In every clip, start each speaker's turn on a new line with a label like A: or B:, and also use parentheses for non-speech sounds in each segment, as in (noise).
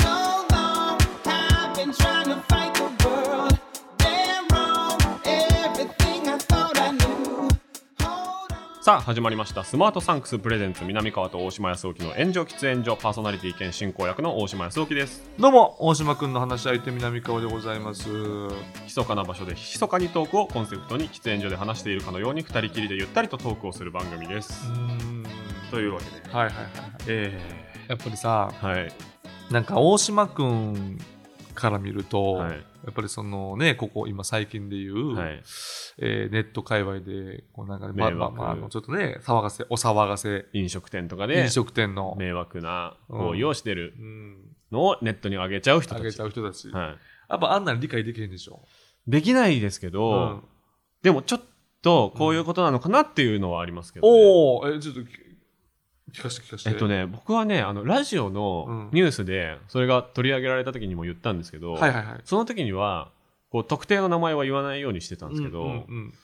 A: So long, I've been trying to fight the world. Damn wrong, everything I thought I knew. Hold on.
B: さあ、始まりました。スマートサンクスプレゼンツ、南川と大島康沖の炎上喫煙所、パーソナリティ兼進行役の大島康沖です。
C: どうも、大島くんの話し相手南川でございます。
B: 密かな場所で密かにトークをコンセプトに喫煙所で話しているかのように二人きりでゆったりとトークをする番組です。
C: ん。
B: というわけで、
C: はいはいはい。
B: え
C: やっぱりさ、
B: ー、はい、
C: なんか大島くんから見ると、
B: はい
C: やっぱりそのね、ここ今最近でいう、
B: はい、
C: えーネット界隈で、こうなんかね、まあ
B: 迷
C: まあ
B: 惑
C: まああの、ちょっとね、騒がせ、お騒がせ、
B: 飲食店とかで
C: 飲食店の、
B: 迷惑な行為をしてる
C: うん、
B: のをネットに上げちゃう人
C: あ
B: た
C: げ
B: ち。
C: ちゃう人たち。
B: はい、
C: やっぱあんなの理解できへんでしょ。
B: できないですけ
C: う
B: ど、
C: ん、
B: でもちょっとこういうことなのかなっていうのはありますけど、ね
C: おおえ、ちょっとき聞かせて聞かせて。
B: えっとね、僕はねあのラジオのニュースでそれが取り上げられた時にも言ったんですけど、
C: はいはいはい。
B: その時にはこう特定の名前は言わないようにしてたんですけど、
C: うんうんうん、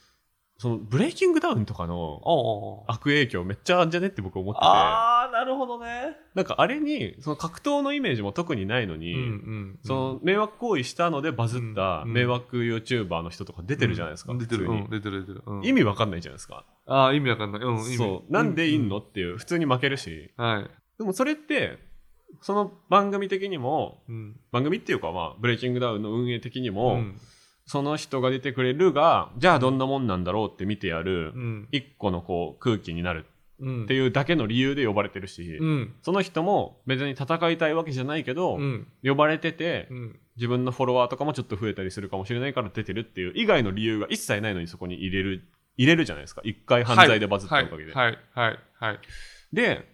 B: そのブレイキングダウンとかの
C: おー
B: 悪影響めっちゃあるんじゃねって僕思ってて
C: あー、なるほどね。
B: なんかあれにその格闘のイメージも特にないの
C: う
B: に、
C: んうん、
B: その迷惑行為したのでバズった
C: うん
B: 迷惑 YouTuber の人とか出
C: 出
B: てるじゃないですか、
C: 出てる、
B: 普
C: う
B: 通に
C: ん、出てる出てる。うん
B: 意味わかんないじゃないですか、
C: ああ、意味わかんない。うん、意味
B: そうなんでいんの、っていう普通に負けるし
C: うんはい。
B: でもそれってその番組的にも
C: うん。
B: 番組っていうかまあブレイキングダウンの運営的にも、
C: うん
B: その人が出てくれるがじゃあどんなもんなんだろうって見てやる
C: うん。
B: 一個のこう空気になる
C: うん。
B: って
C: い
B: いうだけの理由で呼ばれてるし、
C: うん。
B: その人も別に戦いたいわけじゃないけど、
C: うん。
B: 呼ばれてて
C: うん。
B: 自分のフォロワーとかもちょっと増えたりするかもしれないから出てるっていう以外の理由が一切ないのにそこに入れる入れるじゃないですか一回犯罪でバズったおかげで。
C: はい。はい。はい。はい
B: で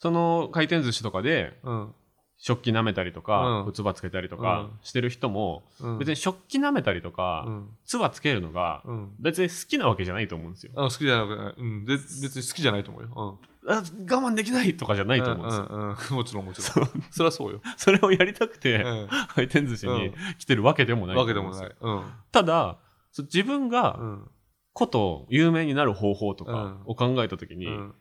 B: その回転寿司とかで
C: うん。
B: 食器舐めたりとか、
C: うん
B: つばつけたりとか
C: うん
B: してる人も、
C: うん
B: 別に食器舐めたりと
C: う
B: か、
C: ん。
B: つばつけるのが、
C: うん。
B: 別に好きなわけじゃないと思うんですよ。
C: あ好きじゃなくうん。で別に好きじゃないと思うよ。
B: あ我慢できないとかじゃな
C: うん。
B: いと思うんですよ。
C: うん。うん。 (laughs) もちろん、もちろん。そりゃそうよ。
B: (laughs) それをやりたく
C: う
B: て、
C: ん。
B: 回転寿司
C: う
B: に
C: ん
B: 来てるわけでもないと
C: わ
B: 思
C: け
B: うん
C: です
B: よ
C: もない。うん。
B: ただ、そう自分
C: う
B: が
C: ん。
B: こと有名になる方法とかを考えたときに、
C: うん。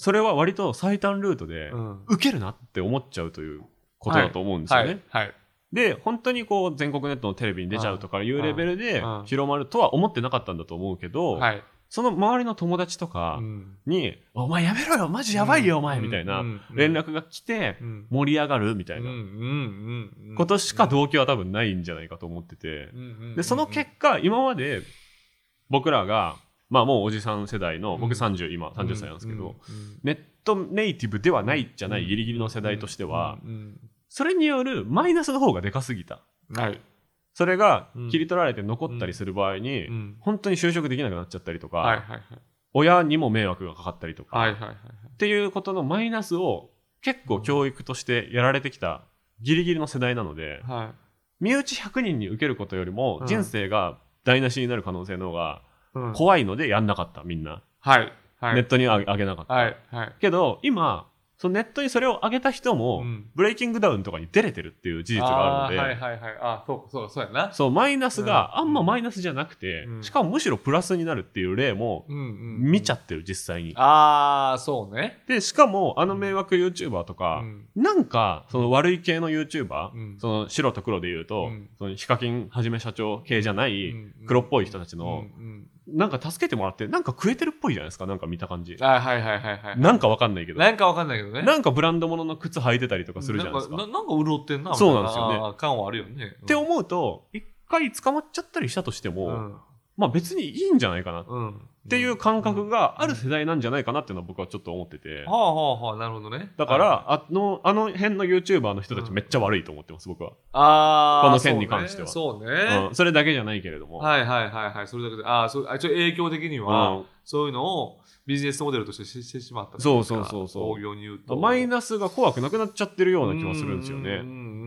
B: それは割と最短ルートで、
C: うん
B: 受けるなって思っちゃうということだと思うんですよね。
C: はい。はい。
B: で、本当にこう全国ネットのテレビに出ちゃうとかいうレベルで
C: うんうん
B: 広まるとは思ってなかったんだと思うけど、
C: はい。
B: その周りの友達とか
C: うん
B: に、お前やめろよ、マジやばいよ、お前、
C: うん
B: みたいな
C: うん
B: 連絡が来て
C: うん
B: 盛り上がるみた
C: う
B: い
C: んう
B: なん
C: うん。
B: ことしか動機は多分ないんじゃないかと思ってて
C: うん、うんうんうん。
B: で、その結果、今まで僕らが、まあもうおじさん世代の、僕
C: うん
B: 30、今30歳なんですけど、
C: うんうん
B: ネットネイティブではないじゃないギリギリの世代としては、
C: うん
B: それによるマイナスの方がでかすぎた。
C: うんはい。
B: それが
C: うん
B: 切り取られて残ったりする場合に、
C: うん
B: 本当に就職できなくなっちゃったりとか、
C: はいはい
B: 親にも迷惑がかかったりとか、
C: はい。はいはいはい。
B: っていうことのマイナスを結構教育としてやられてきたギリギリの世代なので、
C: はい。
B: 身内100人に受けることよりも
C: うん
B: 人生が台無しになる可能性の方が
C: うん
B: 怖いのでやんなかったみんな、
C: はい。はい。
B: ネットにあげなかった、
C: はい。はい。
B: けど今そのネットにそれを上げた人も、
C: うん
B: ブレイキングダウンとかに出れてるっていう事実があるので、
C: ーはいはいはい。あ、そうそう、そうやな。
B: そうマイナスがあ
C: うん
B: んまマイナスじゃなくて、
C: うん
B: しかもむしろプラスになるっていう例も
C: うんうん。
B: 見ちゃ
C: っ
B: ってる実際に。
C: ああ、そうね。
B: でしかもあの迷惑 YouTuber とか、
C: うん
B: なんかその悪い系の YouTuber、
C: うん
B: その白と黒で言うと、
C: うん
B: そのヒカキンはじめ社長系じゃない
C: うん
B: 黒っぽい人たち
C: う
B: の、
C: ん
B: なんか助けてもらってなんか食えてるっぽいじゃないですかなんか見た感じ
C: うん。あはいはいはいはい。
B: なんかわかんないけど
C: なんかわかんないけどね。
B: なんかブランド物の靴履いてたりとかするじゃないですか。
C: なんか、なんか潤ってんな。
B: そうなんですよね
C: みたいあー感はあるよね。
B: って
C: うん
B: 思うと一回捕まっちゃったりしたとしても、
C: うん。
B: まあ別にいいんじゃないかなっ
C: うん。っ
B: っていう感覚がある世代なんじゃないかなっていうのは僕はちょっと思ってて
C: は。あはあはあ、なるほどね。
B: だか
C: はい、
B: ら、あの、あの辺の YouTuber の人たち
C: うん
B: めっちゃ悪いと思ってます、僕は。
C: あー
B: この件に関しては
C: そうね。そう
B: う
C: ね
B: んそれだけじゃないけれども。
C: はいはいはいはい。それだけで、ああ、そう、あ一応影響的に
B: う
C: は、
B: ん
C: そういうのをビジネスモデルとしてししてしまったといか
B: そうそうそうそう
C: 工業に言うと。
B: マイナスが怖くなくなっちゃってるような気はするんですよ
C: うん
B: ね。
C: うんうんうん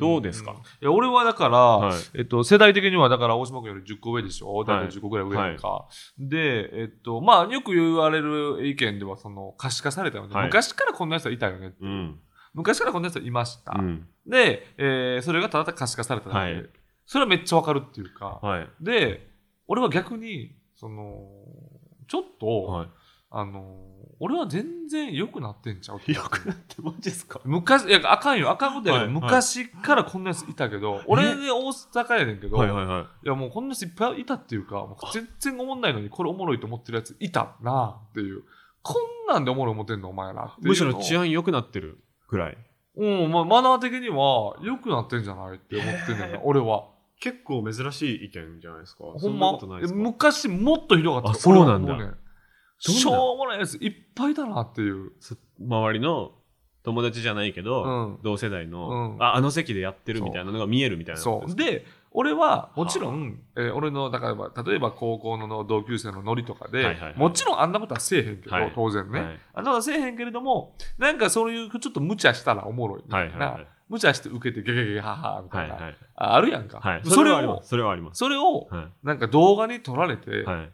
B: どうですか
C: んいや俺はだから、
B: はい
C: えっと、世代的にはだから大島君より10個上でしょ大
B: はい
C: 体10個ぐらい上やんか、で、えっとまあ、よく言われる意見ではその可視化されたよね、
B: はい
C: 昔からこんな人いたよねっていう、
B: うん。
C: 昔からこんな人いました、
B: うん。
C: で、えーそれがただただ可視化されただけ、
B: はい
C: それはめっちゃわかるっていうか、
B: はい。
C: で俺は逆にそのちょっと、
B: は
C: あの俺は全然良くなってんちゃう
B: い。よくなってマジですか
C: 昔、いや、あかんよ、あかんことやけ
B: は
C: ど、
B: い
C: 昔からこんなやついたけど、俺で大阪やねんけど、
B: はい
C: い
B: はいはい。
C: や、もうこんなやついっぱいいたっていうか、もう全然おもんないのに、これおもろいと思ってるやついたなっていう、こんなんでおもろい思ってんの、お前らっていうの
B: (laughs)
C: を。
B: むしろ治安良くなってるぐらい。
C: うん、まあ、マナー的には良くなってんじゃないって思ってんねんな、俺は。
B: 結構珍しい意見じゃないですか。
C: ほんま、
B: そなことないですか
C: 昔もっとひどかった
B: あそうなんだ
C: 俺は思うね
B: どんな
C: しょうもないやついっぱいいたなっていう。
B: そ周りの友達じゃないけど、
C: うん
B: 同世代の、
C: うん
B: ああの席でやってるみたいなのが見えるみたいな
C: そう
B: で
C: で俺はもちろん、えー俺のだから例えば高校の同級生のノリとかで、
B: はいはいはい
C: もちろんあんなことはせえへんけど、
B: はい
C: 当然ね、
B: はい
C: あんなことはせえへんけれどもなんかそういうちょっと無茶したらおもろいみ
B: は
C: た
B: い
C: い
B: は
C: な、
B: いはい
C: 無茶して受けてゲゲゲゲハハみた
B: はいい
C: な、
B: はい
C: ああるやんか、
B: はい
C: そ
B: そ
C: れ
B: れはありま
C: を
B: すそれはあります
C: それを
B: は
C: なんか動画に撮られて、
B: いはい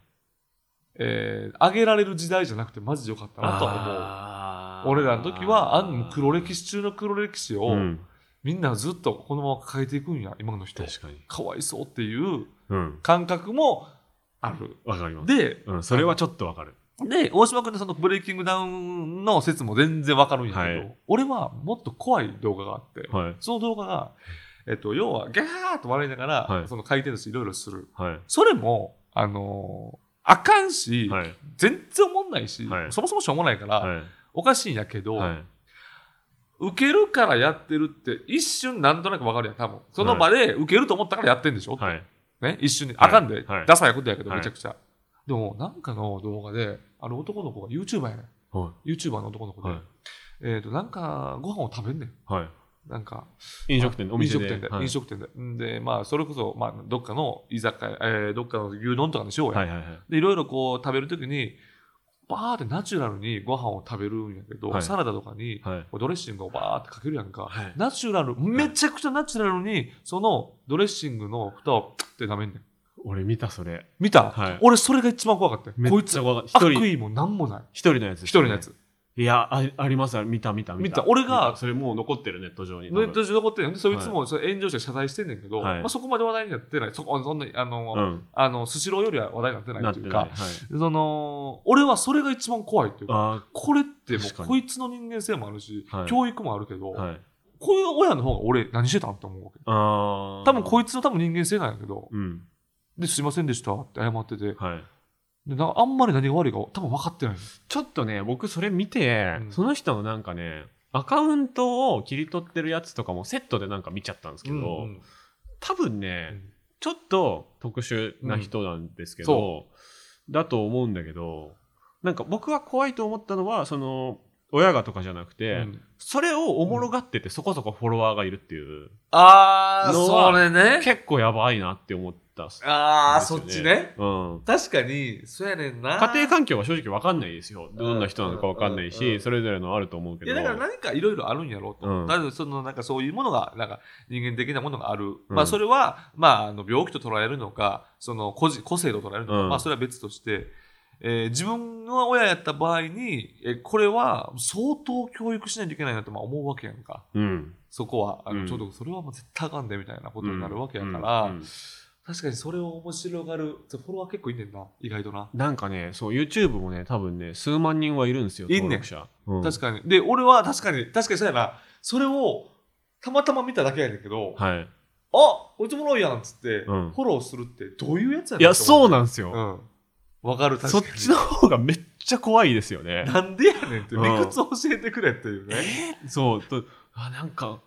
C: えー上げられる時代じゃなくてマジでよかったなとは
B: あ
C: 思う俺らの時はあん黒歴
B: 史
C: 史中の黒歴史を、
B: を、うん、
C: みんなずっとこのまま抱えていくんや今の人
B: 確かに
C: かわいそうっていう
B: うん
C: 感覚もある。
B: わかります
C: で、
B: うん、それはちょっとわかる
C: で、大島君のそのブレイキングダウンの説も全然わかるんやけど、
B: はい
C: 俺はもっと怖い動画があって、
B: はい
C: その動画が、えっと、要は、ギャーッと笑いながら、
B: はい
C: その回転寿司いろいろする。
B: は
C: それも、あのーあかんし、
B: いはい
C: 全然おもんないし、
B: はい
C: そもそもしょうもないから、
B: はい
C: おかしいんやけど、
B: はい
C: 受けるからやってるって一瞬なんとなくわかるやん、多分。その場で受けると思ったからやってんでしょ、
B: はい
C: ね、一瞬に、
B: はい
C: あかんで、
B: はい
C: ダサいことやけど、
B: はい
C: めちゃくちゃ。でも、なんかの動画で、あの男の子が YouTuber やね
B: は
C: ん。YouTuber の男の子で、
B: い
C: えっ、と、なんか、ご飯を食べんねん。
B: はい
C: なんか、
B: 飲食店でお店で
C: 飲食店で、
B: はい
C: 飲食店で。んで、まあ、それこそ、まあ、どっかの居酒屋、えーどっかの牛丼とかにしようや。
B: はいはいはい
C: で、いろいろこう、食べるときに、バーってナチュラルにご飯を食べるんやけど、
B: はい
C: サラダとかに、
B: はい
C: ドレッシングをバーってかけるやんか。
B: はい
C: ナチュラル、めちゃくちゃナチュラルに、そのドレッシングの蓋をプッて舐めんねん。
B: 俺見たそれ
C: 見た、
B: はい
C: (laughs) 俺それが一番怖かったよ
B: め
C: こ
B: っ
C: い
B: ち
C: つ
B: ゃ怖かった一
C: 悪
B: 人
C: 意も何もない
B: 一人のやつで
C: 一
B: した
C: 人
B: ね
C: のやつ
B: いやあ、あります、あ見た、見た、
C: 見た俺が
B: 見たそれもう残ってる、ネット上に。
C: ネット上残ってるよねそいつ
B: は
C: もそれ炎上して謝罪してんねんけど、
B: はい
C: まあ、そこまで話題になってないそこそんなあの、
B: うん、
C: あのスシローよりは話題になってな
B: ないっ
C: と
B: て
C: い
B: な
C: う
B: い。
C: か
B: はい、
C: その俺はそれが一番怖いっていうか
B: あ
C: これっても
B: 確か
C: う
B: に
C: こいつの人間性もあるし、
B: はい
C: 教育もあるけど、
B: ーはい。
C: こういう親の方が俺何してたんって思うわけ
B: あー
C: 多分こいつの多分人間性なんやけど
B: うん、
C: ですいませんでしたって謝ってて
B: はい。
C: でなんかあんまり何が悪いか多分分かってない
B: ちょっとね、僕それ見て、
C: うん
B: その人のなんかね、アカウントを切り取ってるやつとかもセットでなんか見ちゃったんですけど、
C: うん
B: 多分ね、ちょっと特殊な人なんですけど、だと思うんだけど、なんか僕は怖いと思ったのは、その、親がとかじゃなくて、
C: うん
B: それをおもろがってて、そこそこフォロワーがいるっていう。
C: ああ、
B: の
C: そ
B: は
C: れね。
B: 結構やばいなって思ったっす、
C: ああ、
B: です
C: そ
B: よ
C: っちね。
B: うん、
C: 確かに、そうやねんな。
B: 家庭環境は正直わかんないですよどんな人なのかわかんない
C: うんうんう
B: し
C: ん
B: それぞれのあると思うけ
C: い
B: ど
C: やだから何かいろいろあるんやろと。
B: うん
C: だからそのなんかそういうものが、なんか人間的なものがある。
B: うん
C: まあそれは、まああの病気と捉えるのか、その個人個性と捉えるのか、
B: うん
C: まあそれは別として、えー自分の親やった場合に、えーこれは相当教育しないといけないなってまあ思うわけやんか。
B: うん
C: そこは、あ
B: う
C: の
B: ん
C: ちょっとそれはもう絶対あかんでみたいなことになるわけやから、
B: うんうん
C: 確かにそれを面白がる。フォロワー結構いんねんな、意外とな。
B: なんかねそう YouTube もね多分ね数万人はいるんですよ
C: いんね
B: 登
C: ん
B: 録者、うん
C: 確かに。で、俺は確かに、確かにそうやな。それを、たまたま見ただけやねんけど、あ
B: はい
C: こいつおもろいやんっつって、
B: うん
C: フォローするってどういうやつや
B: い
C: ねん
B: やそう
C: な
B: なんですよ、
C: うん。わかる、確
B: そ
C: か
B: っ
C: に。
B: ちの方がめっちゃ怖いですよね
C: なんでやねんって、
B: うん
C: 理屈を教えてくれっていうね。
B: そうとあなんか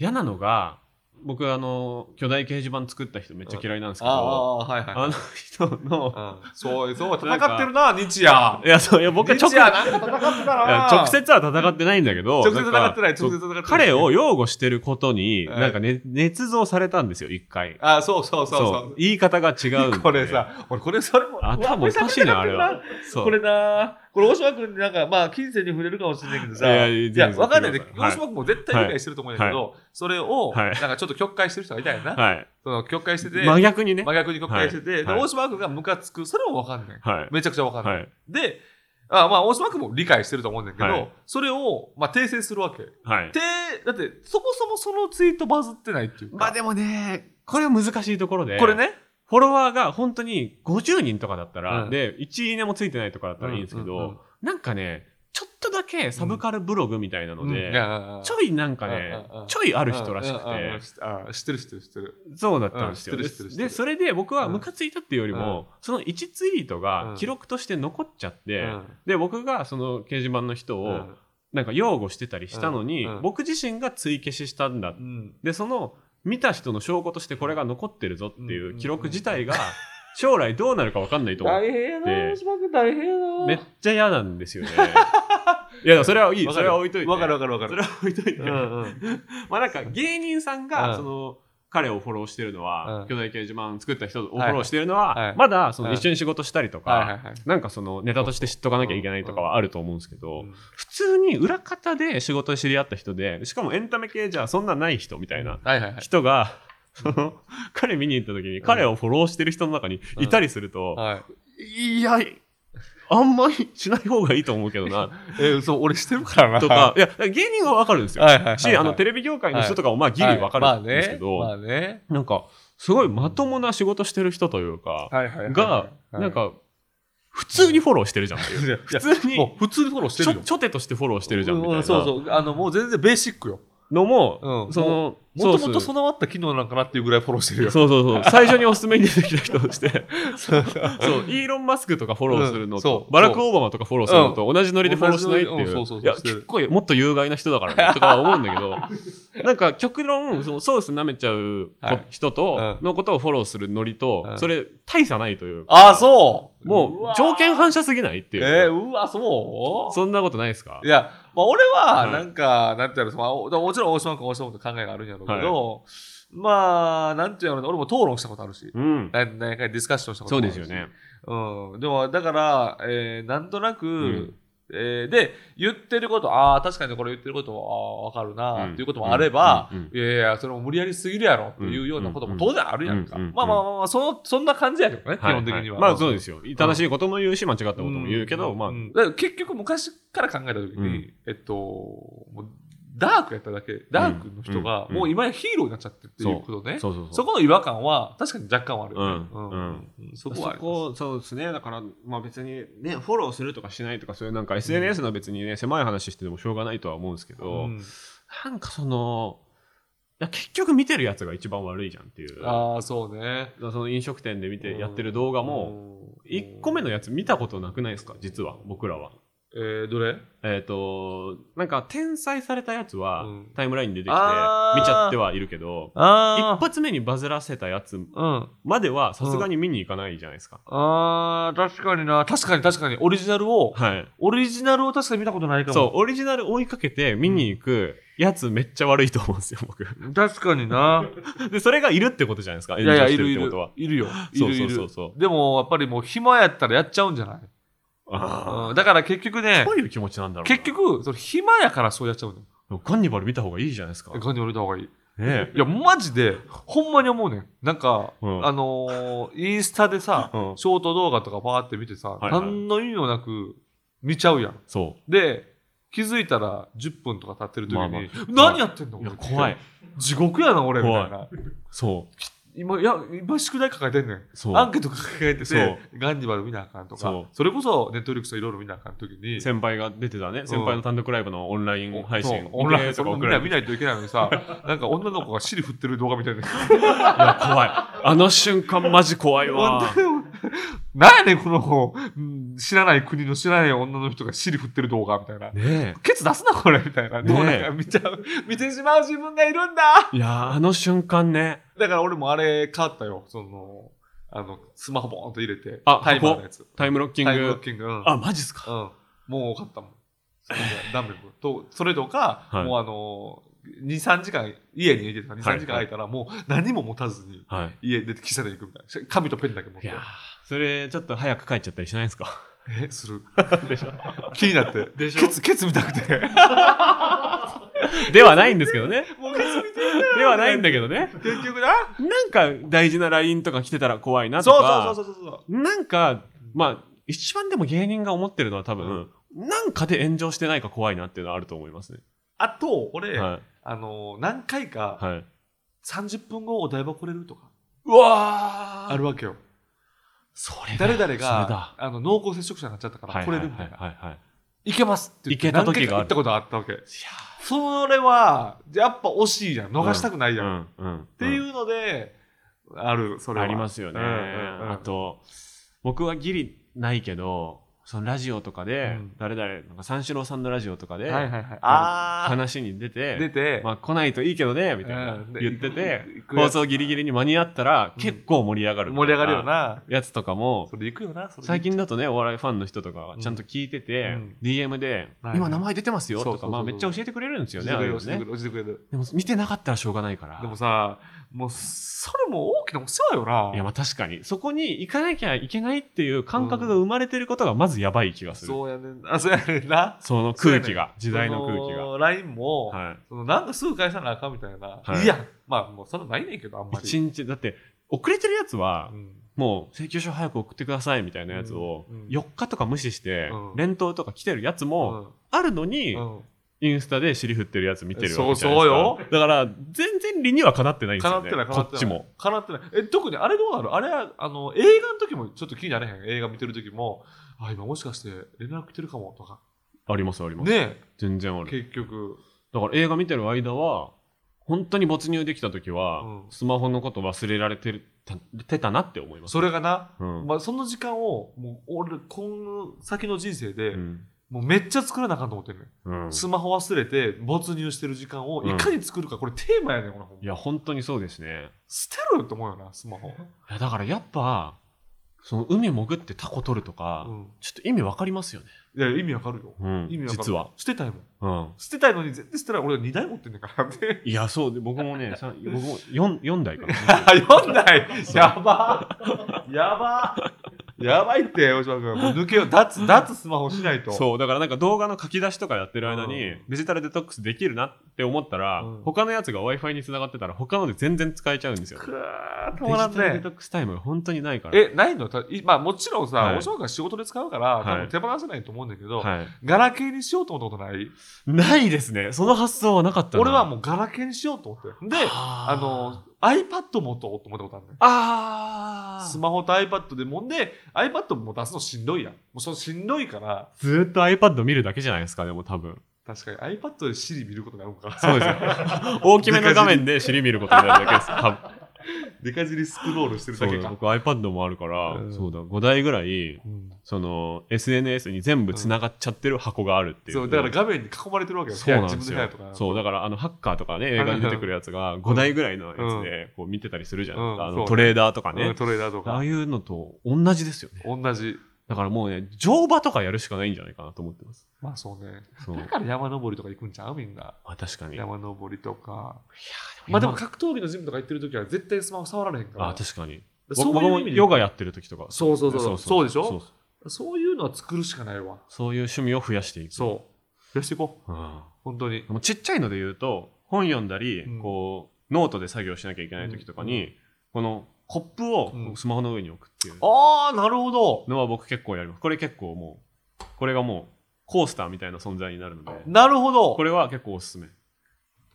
B: 嫌なのが僕あの巨大掲示板作った人めっちゃ嫌いなんですけ
C: あ
B: ど、
C: あ、はいはい。
B: あの人の
C: うん、そう、そう、戦ってるな、日夜。
B: いや、そう、いや、僕は直
C: 日
B: 接、いや
C: 夜、なんか戦ってたな。
B: 直接は戦ってないんだけど、
C: 直接戦ってない
B: んかそう
C: 直接戦ってない
B: 彼を擁護してることに、
C: はい
B: なんかね、捏造されたんですよ、一回。
C: あ、そうそうそうそう。
B: 言い方が違うんで
C: これ。さ、俺これそれも。
B: 頭おかしいな、あれ
C: うわ
B: は
C: こ。
B: そう。
C: これなこれ、大島君になんか、まあ、金銭に触れるかもしれないけど
B: い
C: さ、
B: やいや全
C: い
B: 然
C: や、わかんないで、
B: はい
C: 大島君も絶対理解してると思うんだけど、それを、
B: は
C: ないんかちょっと曲解してる人がいたよな。
B: はい。
C: その曲解してて、
B: 真逆にね。
C: 真逆に曲解して
B: は
C: て、
B: い
C: で、
B: はい
C: 大島君がムカつく、それもわかんない。
B: はい。
C: めちゃくちゃわかんな。
B: はいい。
C: で、あまあ、大島君も理解してると思うんだけど、
B: はい
C: それを、まあ、訂正するわけ。
B: はい。
C: で、だって、そもそもそのツイートバズってないっていうか。
B: まあでもね、これは難しいところで。
C: これ。ね、
B: フォロワーが本当に50人とかだったら、
C: うん
B: で、1いいねもついてないとかだったらいいんですけど、
C: うんうんうん
B: なんかね、ちょっとだけサブカルブログみたいなので、ち
C: ょ
B: ょいなんかね、
C: うんうんうん
B: ちょいある人らしくて、
C: あ知ってる知ってる知ってる。
B: そうだったんですよ。
C: うん
B: で
C: 知ってる知ってる知ってる
B: で、それで僕はムカついたっていうよりも、その1ツイート
C: う
B: が
C: ん
B: 記録として残っちゃって、
C: うん
B: で、僕がその掲示板の人
C: う
B: を
C: ん
B: なんか擁護してたりしたのに、
C: うんうん
B: 僕自身が追消ししたんだ
C: うん
B: でその見た人の証拠としてこれが残ってるぞって
C: うんうん
B: い
C: うん
B: う記録自体が将来どうなるか分かんないと思う
C: 大変やな、
B: で
C: 大島君大変やな。
B: めっちゃ嫌なんですよねいやそれはいい
C: わ
B: そ
C: かる
B: れは置いといて
C: わかるわかるわか
B: そ
C: る
B: れ。は置いといて、
C: うんうん
B: まあなんか芸人さん
C: う
B: が
C: ん
B: その彼をフォローしてるのは、
C: うん
B: 兄弟掲示板作った人をフォローしてるのは、
C: はいはい
B: まだその
C: はい
B: 一緒に仕事したりとか、
C: はいはいはい。
B: なんかそのネタとして知っとかなきゃいけないとかはあると思うんですけど、
C: うん
B: 普通に裏方で仕事で知り合った人でしかもエンタメ系じゃそんなない人みたいな
C: はいはいはい。
B: 人が、その、彼見に行った時に、彼をフォローしてる人の中にいたりすると、
C: はい
B: いや、あんまりしない方がいいと思うけどな、
C: (laughs) えー、そう、俺してるからな。
B: とか、いや、芸人はわかるんですよ。
C: はいはいはいはい。
B: し、あの、テレビ業界の人とかも、まあ、ギリわかるんですけ
C: ま
B: ど、
C: あね。まあね。
B: なんか、すごいまともな仕事してる人というか、
C: はいはいはいはい。
B: が、なん
C: は
B: か、普通にフォローしてるじゃんって
C: い、
B: いう。
C: 普
B: 普通
C: に、
B: に
C: もう普通にフォローして
B: ちょ、
C: るよ。
B: ちょてとしてフォローしてるじゃんみたい
C: うん
B: な
C: そうそう。あの、もう全然ベーシックよ。
B: の
C: う
B: も
C: ん、
B: その、
C: もともと
B: そう
C: 備わった機能なんかなっていうぐらいフォローしてるよ。
B: そう
C: (laughs)
B: そうそう、最初におすすめに出てきた人として。
C: そう。
B: (laughs) そう、イーロン・マスクとかフォローするの
C: う
B: と
C: んそ、う
B: バラク・オバマとかフォローするのと同じノリでフォローしないって
C: 同じノリうんそうそ
B: いうう。
C: そう
B: いや、
C: してる
B: 結構もっと有害な人だからね、とかは思うんだけど、
C: (laughs)
B: なんか極論、そのソース舐めちゃうこ
C: はい
B: 人と、のことをフォローするノリ
C: う
B: と
C: ん、
B: それ大差ないというか。
C: ああ、そう
B: もう条件
C: 反
B: 反射すぎないってい
C: えー、
B: う。
C: うわ、そう
B: そんなことないですか
C: いや、まあ、俺は、
B: はい
C: なんか、なんていうの、まあ、おもちろん大島君、大島君と考えがあるんやろうけど、まあ、なんていうの、俺も討論したことあるし、
B: うん。
C: 何何回ディスカッションしたこと
B: そ
C: も
B: う
C: ある
B: で
C: し
B: すよね。。
C: うん。でも、だから、えーなんとなく、
B: ん
C: えーで、言ってること、ああ、確かにこれ言ってること、ああ、わかるな、
B: うん
C: っていうこともあれば、
B: うんうん
C: いやいや、それも無理やりすぎるやろ、っていうようなことも当然あるやんか。
B: うんうんうん
C: まあまあまあまあ、その、そんな感じやけどね、基本的には。
B: まあそう
C: す
B: ですよ。正しいことも言うし、間違ったことも言うけど、
C: ん
B: まあ、
C: んだから結局昔から考えた時に、
B: うん
C: えっともうダークやっただけダークの人が
B: うん
C: もう今やヒーローになっちゃってるっていうことね、
B: そうそうそう
C: そ。この違和感は確かに若干はあるよね、
B: うん
C: うん
B: そ
C: そこはあります
B: こそうですねだから、まあ、別に、ね、フォローするとかしないとかそういうなんか SNS の別にね、狭い話しててもしょうがないとは思うんですけど、
C: うん
B: なんかそのいや結局見てるやつが一番悪いじゃんっていうだか
C: ああそうね
B: らその飲食店で見てやってる動画も、
C: うん
B: 1個目のやつ見たことなくないですか実は僕らは。
C: えー、どれ
B: えっ、となんか転載されたやつは
C: うん
B: タイムラインに出てきて見ち
C: あー
B: ゃってはいるけど一
C: あ
B: 発目にバズらせたやつ
C: うん
B: まではさすがに見に行かないじゃないですか。
C: あー確かにな確かに確かにオリジナルを
B: はい
C: オリジナルを確かに見たことないかも
B: そう、オリジナル追いかけて見に行くやつめっちゃ悪いと思うんですよ、僕。
C: 確かにな
B: で、それがいるってことじゃないですか、
C: いやいや、いる
B: 炎上してってこ
C: いる
B: とは。。
C: いるよ。い
B: そう
C: るい
B: そう
C: る
B: そうそ。
C: でも、やっぱりもう暇やったらやっちゃうんじゃない
B: あ
C: う
B: あ。
C: んだから結局ね
B: ど、ういう気持ちなんだろうな
C: 結、局、その暇やからそうやっちゃうのよ。
B: カンニバル見た方がいいじゃないですか。ね
C: ガンに言われた方がいい。
B: え。
C: いや、マジで、ほんまに思うねん。なんか、
B: うん
C: あのー、インスタでさ、
B: うん
C: ショート動画とかパーって見てさ、
B: いはい
C: 何の意味もなく見ちゃうやん。
B: そ
C: で、気づいたら10分とか経ってる時に、
B: まあまあ
C: 何やってんの
B: う。いや、怖い。。
C: 地獄やな、俺、みたいな。
B: そう。
C: 今、いや、今宿題抱えてんねん。
B: そう。
C: アンケート抱えて
B: そ
C: て
B: う、
C: ガンニバル見なあかんとか、
B: そ
C: そうれこそネットフリックスといろいろ見なあかんときに、
B: 先輩が出てたね。先輩の単独ライブのオンライン配
C: そ
B: 信
C: う。オンライ
B: 見
C: ン
B: てと
C: そ
B: か
C: れも
B: 送
C: 見
B: られ
C: ない
B: て
C: 見ないといけないのにさ、 (laughs) なんか女の子が尻振ってる動画みたいな。
B: いや、怖い。あの瞬間マジ怖いわ。
C: (laughs) なんやねん、この子、うん知らない国の知らない女の人が尻振ってる動画みたいな。
B: ね
C: ケツ出すな、これみたいな。
B: ねえ
C: でもなんか見ちゃう、見てしまう自分がいるんだ
B: え。いや、あの瞬間ね。
C: だから俺もあれ変わったよ。その、あの、スマホボーンと入れて、
B: あ
C: タイマーのやつ。
B: タイムロッキン
C: タイムロ
B: グ
C: ッ。キング。うん
B: あ、マジっすか。
C: うん、もう多かったもん。それでダンベルと、それとか、
B: はい
C: もうあのー、2、3時間、家にいてた2、3時間空いたら、もう何も持たずに、
B: はい。
C: 家出て喫茶店行くみたいな。紙とペンだけ持っ
B: い
C: て。
B: やーそれちょっと早く帰っちゃったりしないですか (laughs)
C: えする
B: でしょ
C: 気になって
B: でしょ
C: ケツケツ見たくて
B: ではないんですけどね。
C: もうケツ見て
B: ではないんだけどね。
C: 結局な
B: なんか大事な LINE とか来てたら怖いなと
C: そう
B: か。
C: そうそうそうそう
B: なんか、まあ、一番でも芸人が思ってるのは多分、なんかで炎上してないか怖いなっていうのはあると思いますね。
C: あと俺、
B: は
C: あのー何回か、
B: い。はい。
C: 30分後お台場来れるとか
B: うわ
C: あるわけよ
B: それだ
C: 誰々
B: それ
C: が
B: だ
C: あの濃厚接触者になっちゃったから来れるみたいな、い
B: はいはいはいはい。
C: けますって言って
B: 行けた時があ
C: 何回か行
B: る
C: ったことがあったわけそれはやっぱ惜しいじゃん逃したくない
B: い
C: やん、っ
B: やうんうん。って
C: いうので、あるそれは
B: ありますよね。
C: うんうんうん
B: あと、僕はギリないけど、そのラジオとかで、
C: うん
B: 誰々、なんか三四郎さんのラジオとかで、
C: はいはいはいあ
B: 話に出
C: あ
B: て、
C: 出て、
B: まあ来ないといいけどね、みたいな、
C: うんで
B: 言ってて、
C: 行くや
B: 放
C: つ
B: 送ギリギリに間に合ったら
C: うん
B: 結構盛り上がる、
C: 盛り上がるよ。な
B: やつとかも、
C: それ行くよなそれ
B: 最近だとね、お笑いファンの人とかはちゃんと聞いてて、
C: うん
B: DM で、
C: はい
B: 今名前出てますよ
C: そう
B: と
C: そうそ
B: か、
C: う
B: まあめっちゃ教えてくれるんですよね、ああいうの
C: 教えて
B: ね
C: くれる教えてくれる
B: でも見てなかったらしょうがないから。
C: でもさもうそれも大きなお世話よない
B: やまあ確かにそこに行かなきゃいけないっていう感覚が生まれてることがまずやばい気がする、
C: そうやねんあそうやねんな
B: その空気が、時代の空気が、
C: LINE も、
B: は
C: そのなんかすぐ返さなあかんみたいな、
B: はい
C: い、やまあもうそんなないねんけどあん
B: い、
C: まり
B: 一日だって遅れてるやつは
C: うん
B: もう請求書早く送ってくださいみたいなやつを
C: うんうん
B: 4日とか無視して
C: うん
B: 連投とか来てるやつ
C: う
B: も
C: ん
B: あるのに
C: うん
B: インスタで尻振ってるやつ見てるわけじゃ
C: そうそう
B: ない
C: よ
B: ですかだから全然理にはかなってないんです
C: 叶
B: よ
C: って
B: ね
C: ない叶っ
B: こ
C: てない
B: っちも
C: 叶ってないえ特にあれどうなるあれあの映画の時もちょっと気になれへん映画見てる時もあ今もしかして連絡来てるかもとか
B: ありますあります、
C: ね
B: 全然あ
C: え
B: る
C: 結局
B: だから映画見てる間は本当に没入できた時は、
C: うん
B: スマホのこと忘れられてるたてたなって思います
C: それがな、
B: うん
C: まあ、その時間をもう俺今後先の人生で、
B: うん
C: もうめっちゃ作らなあかんと思ってるねん
B: うん
C: スマホ忘れて没入してる時間をいかに作るか、これテーマやねんこの本
B: いや本当にそうですね
C: 捨てろよと思うよなスマホ、
B: いやだからやっぱその海潜ってタコ取るとか、
C: うん、
B: ちょっと意味わかりますよね、
C: いや意味わかるよ
B: うん
C: 意味わかる
B: 実は、
C: 捨てたいもん
B: うん、
C: 捨てたいのに絶対捨てない俺2台持ってんねんからって
B: いやそうで僕もねさ僕 (laughs) も 4, 四台かな
C: 4台やばやばやばいって大島君もう抜けよう脱脱スマホしないと
B: そうだからなんか動画の書き出しとかやってる間に、
C: うん
B: デジタルデトックスできるなって思ったら、
C: うん
B: 他のやつが w i f i に繋がってたら他ので全然使えちゃうんですよ
C: くー止
B: デジ
C: まら
B: タ
C: ん
B: ルデ
C: ね
B: トックスタイムが本当にないから
C: えないのたいまあもちろんさ、
B: はい
C: 大島君は仕事で使うから、
B: はい
C: 多分手放せないと思うんだけど、
B: はい、
C: ガラケーにしようと思ったことない
B: ないですねその発想はなかったな
C: 俺はもうガラケーにしようと思ってるで
B: あ
C: あの iPad 持とうと思ったことあるねん
B: あ
C: スマホと iPad でもんで iPad も出すのしんどいやんもうそのしんどいから
B: ずーっと iPad 見るだけじゃないですかでも多 (laughs) 分
C: 確かに iPad で Siri 見ることになるのか
B: そうですよ大きめの画面で尻見ることになるだけです多分
C: デカ尻スクロールしてるだけ
B: そう
C: か
B: 僕 iPad もあるから、
C: うん
B: そうだ5台ぐらい
C: うん
B: その SNS に全部つながっちゃってる箱があるっていう,、
C: そうだから画面に囲まれてるわけよ
B: そうなんです
C: 部屋
B: よ
C: 自分の部屋とか
B: そうだからあのハッカーとかね映画に出てくるやつが5台ぐらいのやつでこう見てたりするじゃないですか、
C: うん
B: あ
C: そう
B: の
C: ね
B: トレーダーとか
C: う
B: ね
C: ん、トレーダーと
B: ああ
C: か
B: いうのと同じですよね
C: 同じ
B: だからもうね乗馬とかやるしかないんじゃないかなと思ってます
C: まあそうね (laughs)
B: そう
C: だから山登りとか行くんちゃうみんな
B: まあ確かに
C: 山登りとかま
B: ま
C: あ
B: あ
C: で
B: で
C: も
B: も
C: 格闘技のジムとか行ってる時は絶対スマホ触られへんから
B: あ確かに
C: そう
B: 僕
C: い
B: も
C: う意味で
B: ヨガやってる時とか
C: そうそうそうそうでしょ
B: そう
C: そういうのは作るしかないわ
B: そういう趣味を増やしていく
C: そう増やしていこう
B: うん
C: 本当に
B: でもちっちゃいので言うと本読んだり、
C: うん
B: こうノートで作業しなきゃいけない時とかに、このコップ
C: う
B: を
C: ん
B: スマホの上に置くっていう
C: ああなるほど
B: のは僕結構やりますこれ結構もうこれがもうコースターみたいな存在になるので
C: なるほど
B: これは結構おすすめ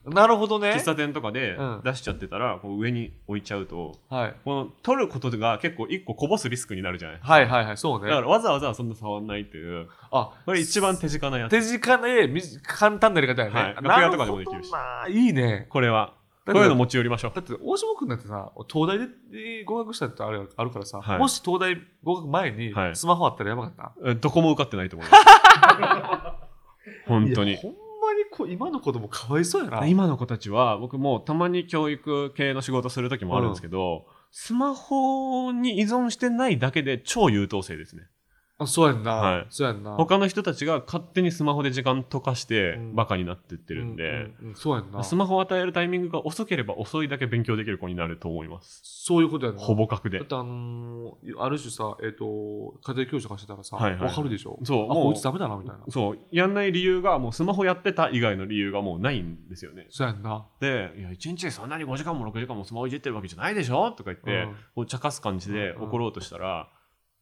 C: なるほどね
B: 喫茶店とかで
C: うん
B: 出しちゃってたら、こう上に置いちゃうと
C: はい
B: この取ることが結構一個こぼすリスクになるじゃない
C: はいはいはいそう
B: だか
C: ね
B: らわざわざそんな触んないっていう
C: あ
B: これ一番手近なやつ
C: 手近でみ簡単なやり方やね、
B: はい楽屋とかでもできるし
C: なほどないいね
B: これは
C: だ
B: こ
C: っ
B: う
C: て
B: いうの持ち寄りましょう
C: だって大島君だってさ東大でえー合格したってあれあるからさ、
B: はい
C: もし東大合格前に
B: はい
C: スマホあったらやばかった、
B: えどこも受かってないと
C: (laughs)
B: 思います。本当
C: いや
B: に
C: ほ。んまにこう今の子供かわいそうやな
B: 今の子たちは、僕もうたまに教育系の仕事する時もあるんですけど、スマホに依存してないだけで超優等生ですね。
C: あそうやんな、
B: はい
C: そうやんな
B: 他の人たちが勝手にスマホで時間溶かして
C: うん
B: バカになってってるんで、
C: うううんそうやんな
B: スマホを与えるタイミングが遅ければ遅いだけ勉強できる子になると思います。
C: そういうことやんな
B: ほぼ確で
C: だっ。てあのーある種さ、えっと家庭教師とかしてたらさ、わ
B: はいはい
C: かるでしょ
B: そう
C: あ
B: もう
C: こいつダメだなみたいな
B: そう、やんない理由が、もうスマホやってた以外の理由がもうないんですよね。
C: そうやんな
B: で、いや、1日でそんなに5時間も6時間もスマホいじってるわけじゃないでしょとか言って、
C: うん
B: こう茶化す感じで
C: うん
B: 怒ろうとしたら、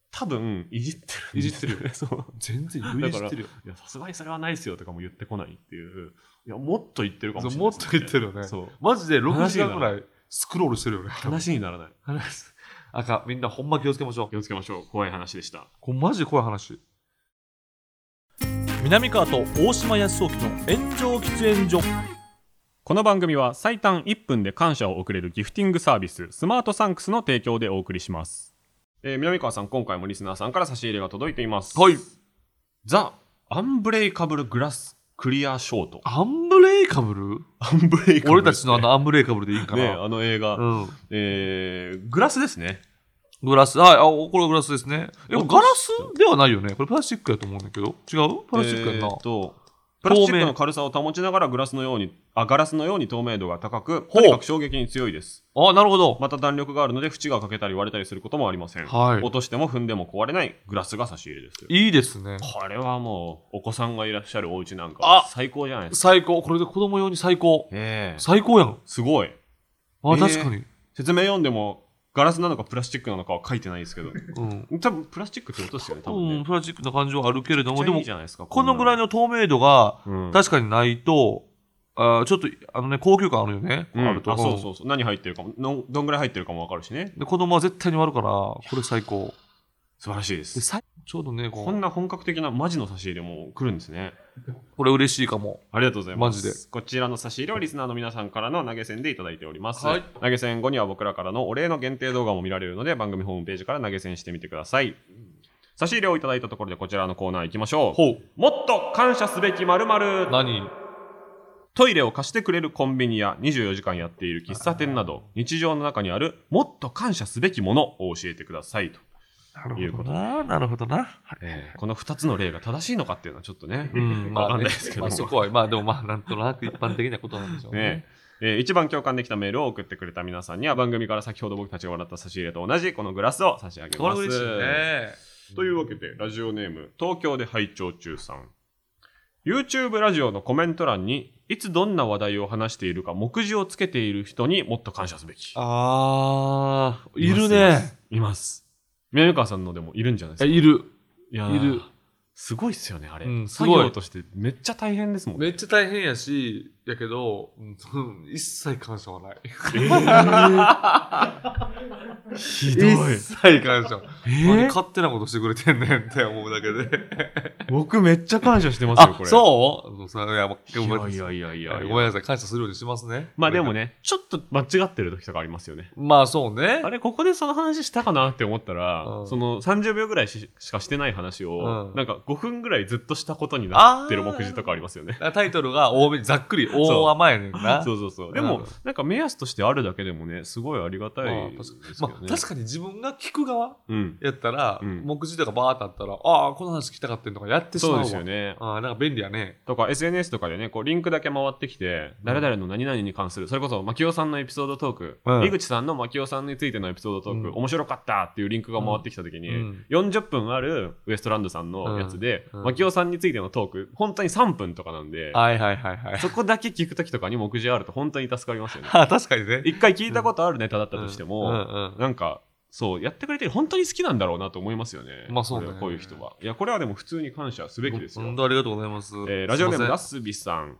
B: 多分、いじってるんですよね。(laughs)
C: いじってる
B: そう。
C: 全然余裕してるよ
B: いや、さすがにそれはないですよとかも言ってこないっていう。いや、もっと言ってるかもしれない
C: そうもっ
B: です
C: と
B: よね、
C: 言ってるよね
B: そう。
C: マジで6
B: 話
C: 時
B: が
C: 間ぐらいスクロールしてるよね (laughs) 多分
B: 話にならない。
C: 話すあかんみんなほんま気をつけましょう
B: 気をつけましょう。怖い話でした。
C: これマジで怖い話
D: 南川と大島康雄の炎上喫煙所
B: この番組は最短1分で感謝を送れるギフティングサービススマートサンクスの提供でお送りします、えー南川さん今回もリスナーさんから差し入れが届いています
C: はい
B: ザ・アンブレイカブル・グラス・クリア・ショート
C: アンブレイカブル
B: アンブレイ
C: 俺たちのあ
B: ね
C: のアンブレイカブルでいいんか
B: ね
C: な、
B: あの映画、
C: うん
B: えーグラスですね
C: グラスはいあこれはグラスですねえ
B: 私
C: ガラスではないよねこれプラスチックやと思うんだけど違うプラスチックやんな、
B: えーっとプラスチック
C: 透明
B: の軽さを保ちながらグラスのようにあガラスのように透明度が高くと
C: ほう
B: にかく衝撃に強いです
C: あなるほど
B: また弾力があるので縁が欠けたり割れたりすることもありません、
C: はい
B: 落としても踏んでも壊れないグラスが差し入れです
C: いいですね
B: これはもうお子さんがいらっしゃるお家なん
C: あ
B: か最高じゃないですか。
C: 最高これで子供用に最高
B: ええ
C: 最高やん
B: すごい。
C: あ、
B: えー
C: 確かに、
B: 説明読んでもガラスなのかプラスチックなのかは書いてないですけど、
C: うん
B: 多分プラスチックってことですよね、多分
C: うん、
B: ね。
C: プラスチックな感じはあるけれど
B: め
C: も
B: っち
C: で
B: ゃい
C: も
B: いじゃないですか。
C: このぐらい
B: の、
C: の透明度が
B: うん
C: 確かにないと、あーちょっとあのね高級感あるよね、
B: うん
C: あると
B: あそうそうそう。何入ってるかも、のどんぐらい入ってるかもわかるしね。
C: で子供は絶対に割るからこれ最高
B: 素晴らしいで。
C: ですさちょうどねこ
B: こんな本格的なマジの差し入れも来るんですね。
C: うこれ嬉しいかも
B: ありがとうございます。
C: マジで
B: こちらの差し入れはリスナーの皆さんからの投げ銭でいただいております。
C: はい
B: 投げ銭後には僕らからのお礼の限定動画も見られるので、番組ホームページから投げ銭してみてください。差し入れをいただいたところでこちらのコーナー行きましょう。
C: ほう
B: もっと感謝すべき〇〇
C: 何
B: トイレを貸してくれるコンビニや24時間やっている喫茶店など、日常の中にあるもっと感謝すべきものを教えてくださいと。
C: な
B: いう
C: る
B: こ
C: ほ
B: と
C: どななるほ
B: (laughs)
C: どな、
B: えーこの2つの例が正しいのかっていうのはちょっとね、
C: うんま
B: わか
C: あ
B: ん
C: ね
B: ないですけども
C: まあ、そこはまあでもまあなんとなく一般的なことなんでしょうね
B: ねえー一番共感できたメールを送ってくれた皆さんには番組から先ほど僕たちがもらった差し入れと同じこのグラスを差し上げ
C: こ
B: ま
C: れ
B: す。
C: 嬉しいね
B: というわけでラジオネーム東京で拝聴中さん YouTube ラジオのコメント欄にいつどんな話題を話しているか目次をつけている人にもっと感謝すべき。
C: あーいる
B: いま
C: ね
B: す。います。南川さんのでもいるんじゃないです
C: え
B: か。
C: いる
B: いやー
C: いる
B: すごいっすよね、あれ。
C: うんす
B: 作
C: ごい
B: 業としてめっちゃ大変ですもんね。
C: めっちゃ大変やしやけど、うん、一切感謝はない
B: (laughs) ひどい。
C: 一切感謝、
B: え
C: なんで
B: ー
C: 勝手なことしてくれてんねんって思うだけで
B: 僕めっちゃ感謝してますよ、
C: あ
B: これ。
C: そうそういやもうごめんないさ
B: やいやい
C: い
B: やいや
C: ごめんなさい感謝するようにしますね
B: まあでも
C: ね
B: ね、ちょっと間違ってる時とかありますよね。
C: まあそうね
B: あれ、ここでその話したかなって思ったら、
C: うん
B: その30秒ぐらいししかしてない話を、
C: うん
B: なんか5分ぐらいずっとしたことになってる目次とかありますよね。
C: タイトルが多めざっくり
B: う
C: 大甘やねんな
B: (laughs) そうそうそう。
C: ん
B: でも、なんか目安としてあるだけでもね、すごいありがた
C: まあ
B: いですけどね。
C: まあ、確かに自分が聞く側
B: うん。
C: やったら、
B: うん
C: 目次とかバーッとあったらああこの話聞きたかったんとかやってしまう
B: そう
C: わ
B: ですよね。
C: あーなんか便利やね
B: とか SNS とかでね、こうリンクだけ回ってきて、誰々の何々に関する、それこそ、牧雄さんのエピソードトーク、
C: うん
B: 井口さんの牧雄さんについてのエピソードトーク、
C: うん
B: 面白かったっていうリンクが回ってきたときに、
C: うん
B: 40分あるウエストランドさんのやつで、
C: うんうん
B: 牧雄さんについてのトーク、本当に3分とかなんで、
C: はいはいはいはい
B: そこだけ聞くときとかに目次あると本当に助かりますよね。
C: あー確かにね
B: 一回聞いたことあるネタだったとしても、
C: うんうんうん
B: なんか、そう、やってくれてる、本当に好きなんだろうなと思いますよね。
C: まあそうね
B: これはこういう人は。いや、これはでも普通に感謝すべきですよ。
C: 本当ありがとうございます。
B: えーラジオネームラ
C: す
B: スビさん。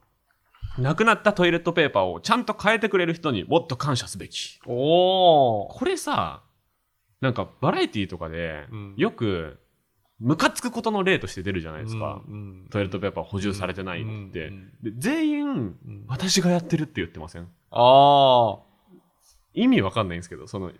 B: なくなったトイレットペーパーをちゃんと変えてくれる人にもっと感謝すべき。
C: いません。おー。
B: これさ、なんかバラエティーとかで
C: うん、
B: よく、ムカつくことの例として出るじゃないですか。
C: うんうん
B: トイレットペーパー補充されてないのっ
C: う
B: て
C: んうん。
B: で全員、
C: うん
B: 私がやってるって言ってません
C: ああ。
B: 意味わかんないんですけど、その、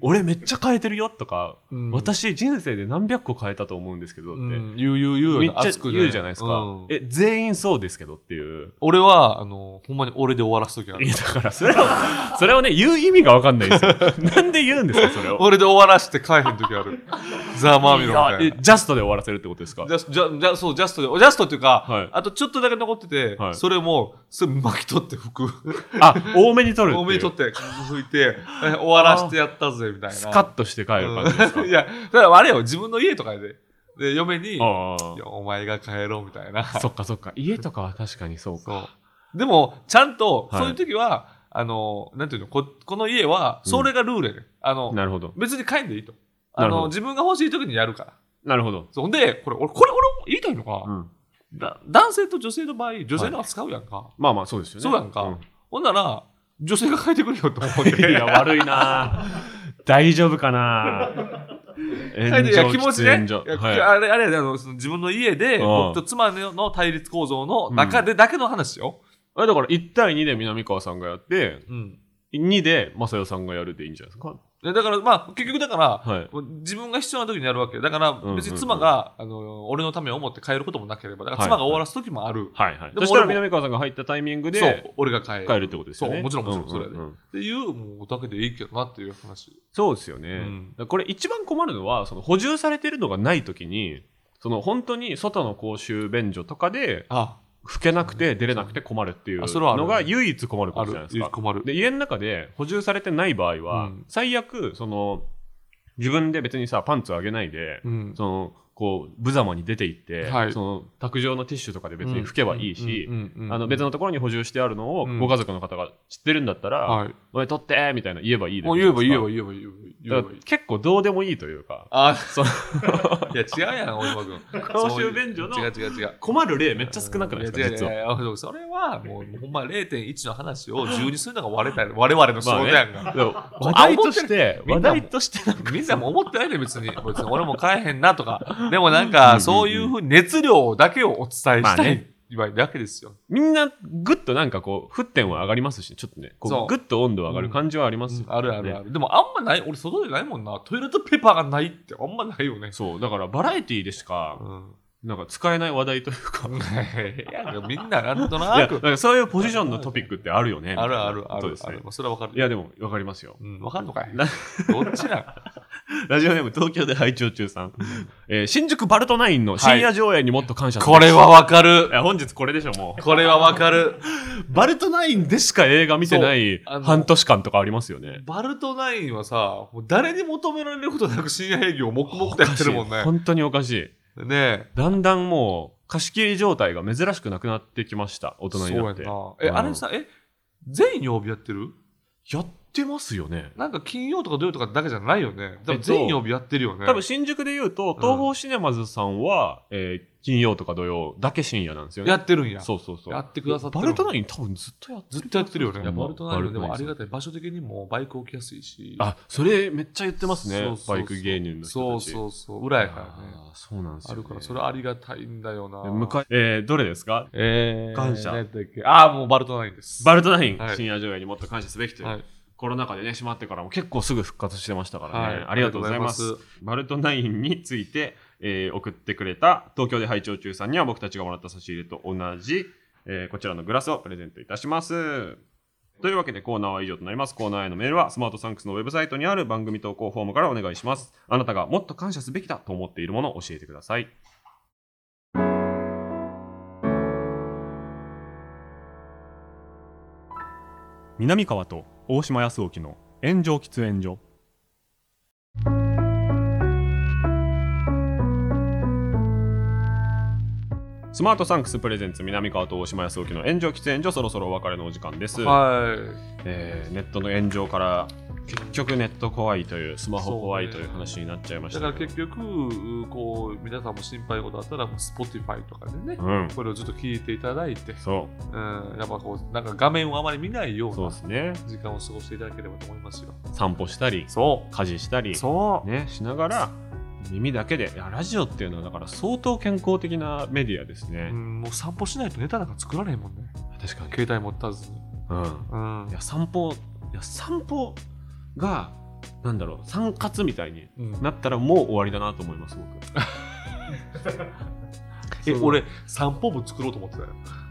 B: 俺めっちゃ変えてるよとか、
C: うん
B: 私人生で何百個変えたと思うんですけどって、
C: うん言う言う言うよ
B: めっ
C: ね
B: ちゃ
C: 熱くね
B: 言うじゃないですか、
C: うん
B: え全員そうですけどっていう
C: 俺は、あの、ほんまに俺で終わらすときある
B: い。やだからそれをそれをね言う意味が分かんない
C: (laughs)
B: ですよなんで言うんですかそれを
C: 俺で終わらして帰へんとき
B: (laughs)
C: ある。ザ・マーミロンみたいな。
B: えジャストで終わらせるってことですか
C: ジャスジャジャそうジャストでジャストっていうか、
B: はい
C: あとちょっとだけ残ってて、
B: はい
C: それもそれ巻き取って服
B: あ多めに取るっていう
C: 多めに取って拭いてえ終わらしてやったぜみたいな
B: スカッとして帰る感じですか、
C: うん (laughs) いやだからあれよ自分の家とかでで嫁にいや
B: ああ
C: お前が帰ろうみたいな
B: そっかそっか家とかは確かにそうか
C: (laughs) そうでもちゃんと
B: はい
C: そういう時は、あのなんていうのここの家はそれがルールやね、ん、あの
B: なるほど
C: 別に帰んでいいと
B: な
C: あ
B: るほど
C: の自分が欲しい時にやるから
B: なるほど、
C: そうほんでこれ俺これ俺も言いたいのが、
B: うん、
C: だ男性と女性の場合女性の方が使うやんか、
B: まあまあそうですよね
C: そうやんか
B: ん
C: ほんなら、女性が書いてくるよと思って。
B: (laughs) いや、悪いな大丈夫かな
C: 書いていや気持ちね。
B: 喫煙所
C: いや
B: はい
C: あれ、あれやであの、その自分の家で、
B: うん
C: 僕と妻の対立構造の中でだけの話よ。
B: あれだから1対2で南川さんがやって、
C: うん。
B: 2で正代さんがやるでいいんじゃないですか。
C: でだから、まあ、結局だから、
B: はい。
C: もう自分が必要な時にやるわけだから
B: んうん
C: 別に妻が、あの俺のためを思って帰ることもなければだから
B: はい
C: 妻が終わらす時もある、
B: はいはい。
C: でも
B: そしたら
C: 俺も
B: 南川さんが入ったタイミング
C: そ
B: で
C: う俺が帰る
B: 帰るってことですよね。
C: そうもちろんもちろんそれやで
B: うううん
C: っていうもうだけでいいけどなっていう話
B: そうですよね。
C: うん
B: だからこれ一番困るのは、その補充されてるのがないときに、その本当に外の公衆便所とかで
C: あ
B: 拭けなくて出れなくて困るっていう
C: あそれはある
B: のが唯一困るこ
C: あ
B: とじゃない
C: る
B: ですか。
C: 困る
B: で家の中で補充されてない場合は、
C: うん
B: 最悪その自分で別にさパンツを上げないで、
C: うん
B: そのこう無様に出て行って、
C: はい
B: その卓上のティッシュとかで別に拭けばいいし、
C: うんうんうん
B: あの別のところに補充してあるのを、
C: うん
B: ご家族の方が知ってるんだったら「
C: はい
B: おい取って!」みたいな言えばいいです
C: もう言えば言えば言えば言えば言え
B: だ
C: ば
B: か
C: い
B: ら
C: い
B: 結構どうでもいいというか
C: あ
B: その
C: (laughs) いや、違うやん、大島君。
B: (laughs) 公衆便所の
C: そういう違う違う違う。
B: 困る例めっちゃ少なくない
C: いや
B: ですか実は。
C: 違ういやいやそれはもうほんま0.1の
B: (laughs)
C: 話を10にするのが我々我々の仕事やんか、
B: まあねでも話題として
C: み
B: 話
C: んなも
B: 題としてなんか
C: みんなも思ってないで別に別に俺も買えへんな
B: (laughs)
C: とかでもなんかそういうふうに熱量だけをお伝えしたい、
B: まあね
C: 言われるだけですよ
B: みんなぐっとなんかこう沸点は上がりますしちょっとね
C: そ
B: こ
C: う
B: うぐっと温度上がる感じはありますよ、
C: あるあるあ
B: ね
C: る、でもあんまない俺外でないもんなトイレットペーパーがないってあんまないよね
B: そうだからバラエティーでしか
C: うん (laughs)
B: なんか使えない話題というかい
C: いやでもみんななんと
B: や
C: な
B: なん
C: く
B: かそういうポジションのトピックってあるよね
C: あるあるあ
B: そう
C: る
B: です
C: あ
B: ね
C: るそれはわかる
B: いやでも分かりますよ
C: うん、わかるのかい
B: な
C: どっちなん
B: (laughs) ラジオネーム東京で拝聴中さん、えー新宿バルトナインの深夜上映にもっと感謝する
C: これはわか
B: い
C: る。
B: や本日これでしょも
C: これはわかる。
B: うバルトナインでしか映画見てない
C: そうあの
B: 半年間とかありますよね
C: バルトナインはさ、もう誰に求められることなく深夜営業を黙々とやってるもん
B: おかしい
C: ね。
B: 本当におかしい
C: ねえ。
B: だんだんもう貸し切り状態が珍しくなくなってきました大
C: そ
B: 人
C: う
B: に
C: や
B: なっ
C: ん
B: て
C: な。え、
B: うん
C: あれさ、え、全曜日やってる
B: やってますよね
C: なんか金曜とか土曜とかだけじゃないよね。多
B: え
C: 分
B: っと
C: 全曜日やってるよね。
B: 多分新宿で言うと東宝シネマズさんは、えー金曜とか土曜だけ深夜なんですよね
C: やってるんや。
B: そうそうそう
C: やってくださってる
B: バルトナイン多分ずっとやって
C: ずっとやってるよね。
B: い
C: い
B: や
C: や
B: まあ
C: バルトナインはでも
B: バ
C: あ
B: ルト
C: り
B: ナイン
C: がたい。場所的にもバイク置きやすいし。
B: あそれめっちゃ言ってますね
C: そうそうそう
B: バイク芸人の人たち
C: そううそうそう。裏やからね。
B: そうなんです
C: あ
B: よ、ね、
C: るから、それはありがたいんだよな。
B: で向かいえーどれですか
C: えー、
B: 感謝
C: 何やったっけああ、もうバルトナインです。
B: バルトナイン、
C: はい
B: 深夜上映にもっと感謝すべきという、
C: はい
B: コロナ禍でね閉まってからも結構すぐ復活してましたからね、
C: はい
B: ありがとうございます
C: ありがとうご
B: バルトナインについて、えー送ってくれた東京で拝聴中さんには僕たちがもらった差し入れと同じ、えーこちらのグラスをプレゼントいたしますというわけでコーナーは以上となりますコーナーへのメールはスマートサンクスのウェブサイトにある番組投稿フォームからお願いしますあなたがもっと感謝すべきだと思っているものを教えてください南川と大島康沖の炎上喫煙所スマートサンクスプレゼンツ南川と大島康沖の炎上喫煙所そろそろお別れのお時間です、
C: はい。
B: えーネットの炎上から結局ネット怖いというスマホ怖いという
C: そうね
B: 話になっちゃいまし
C: だ
B: た
C: か
B: け
C: ら
B: ど
C: 結局、こう、皆さんも心配事あったら、Spotify とかでね、
B: うん
C: これをずっと聞いていただいて、
B: そ
C: うん、やっぱこう、なんか画面をあまり見ないよ
B: うそう
C: う
B: で
C: な
B: すね
C: 時間を過ごしていただければと思いますよ。
B: 散歩したり
C: そ
B: 家事したり
C: そう。
B: ね、しながら耳だけでいやラジオっていうのはだから相当健康的なメディアですね、
C: うん、もう散歩しないとネタなんか作られへんもんね。
B: 確かに、
C: 携帯持たずに。
B: うん、
C: うん
B: い。や散歩いや散歩がなんだろう散髪みたいに
C: うん
B: なったらもう終わりだなと思います僕
C: (laughs) え
B: そう
C: 俺散歩部作ろうと思ってたよ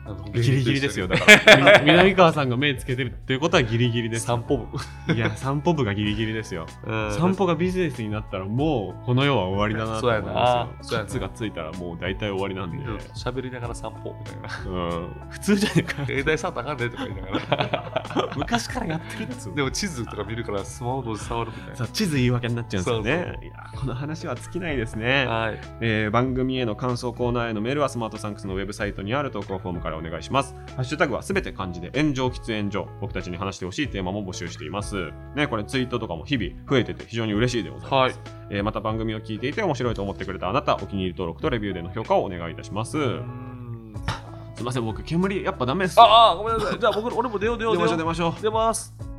C: あの
B: ギリギリですよだからみ南川さんが目つけてるっていうことはギリギリです
C: 散歩部
B: (laughs) いや散歩部がギリギリですよ散
C: 散
B: 歩がビジネスになったらもうこの世は終わりだなと思います
C: そう
B: よカ
C: やな
B: ツがついたらもう大体終わりなんで、
C: 喋りながら散歩みたいな
B: うん、普通じゃねえか
C: 携帯触ったらあかんねとか言いながら
B: (laughs) 昔からやってるんですよ
C: でも地図とか見るからスマホ同時触るみたいな
B: さあ地図言い訳になっちゃうんですよね
C: そうそう
B: いやこの話は尽きないですね、
C: はい、
B: えー番組への感想コーナーへのメールはスマートサンクスのウェブサイトにある投稿フォームからお願いしますハッシュタグはすべて漢字で炎上喫煙所僕たちに話してほしいテーマも募集していますねこれツイートとかも日々増えてて非常に嬉しいでございます、
C: はい
B: えーまた番組を聞いていて面白いと思ってくれたあなたお気に入り登録とレビューでの評価をお願いいたしますすいません僕煙やっぱダメです
C: ああごめんなさいじゃあ僕俺も出よう出よう
B: 出
C: 出
B: ま
C: よ
B: しょう出
C: う
B: ましょう
C: 出ます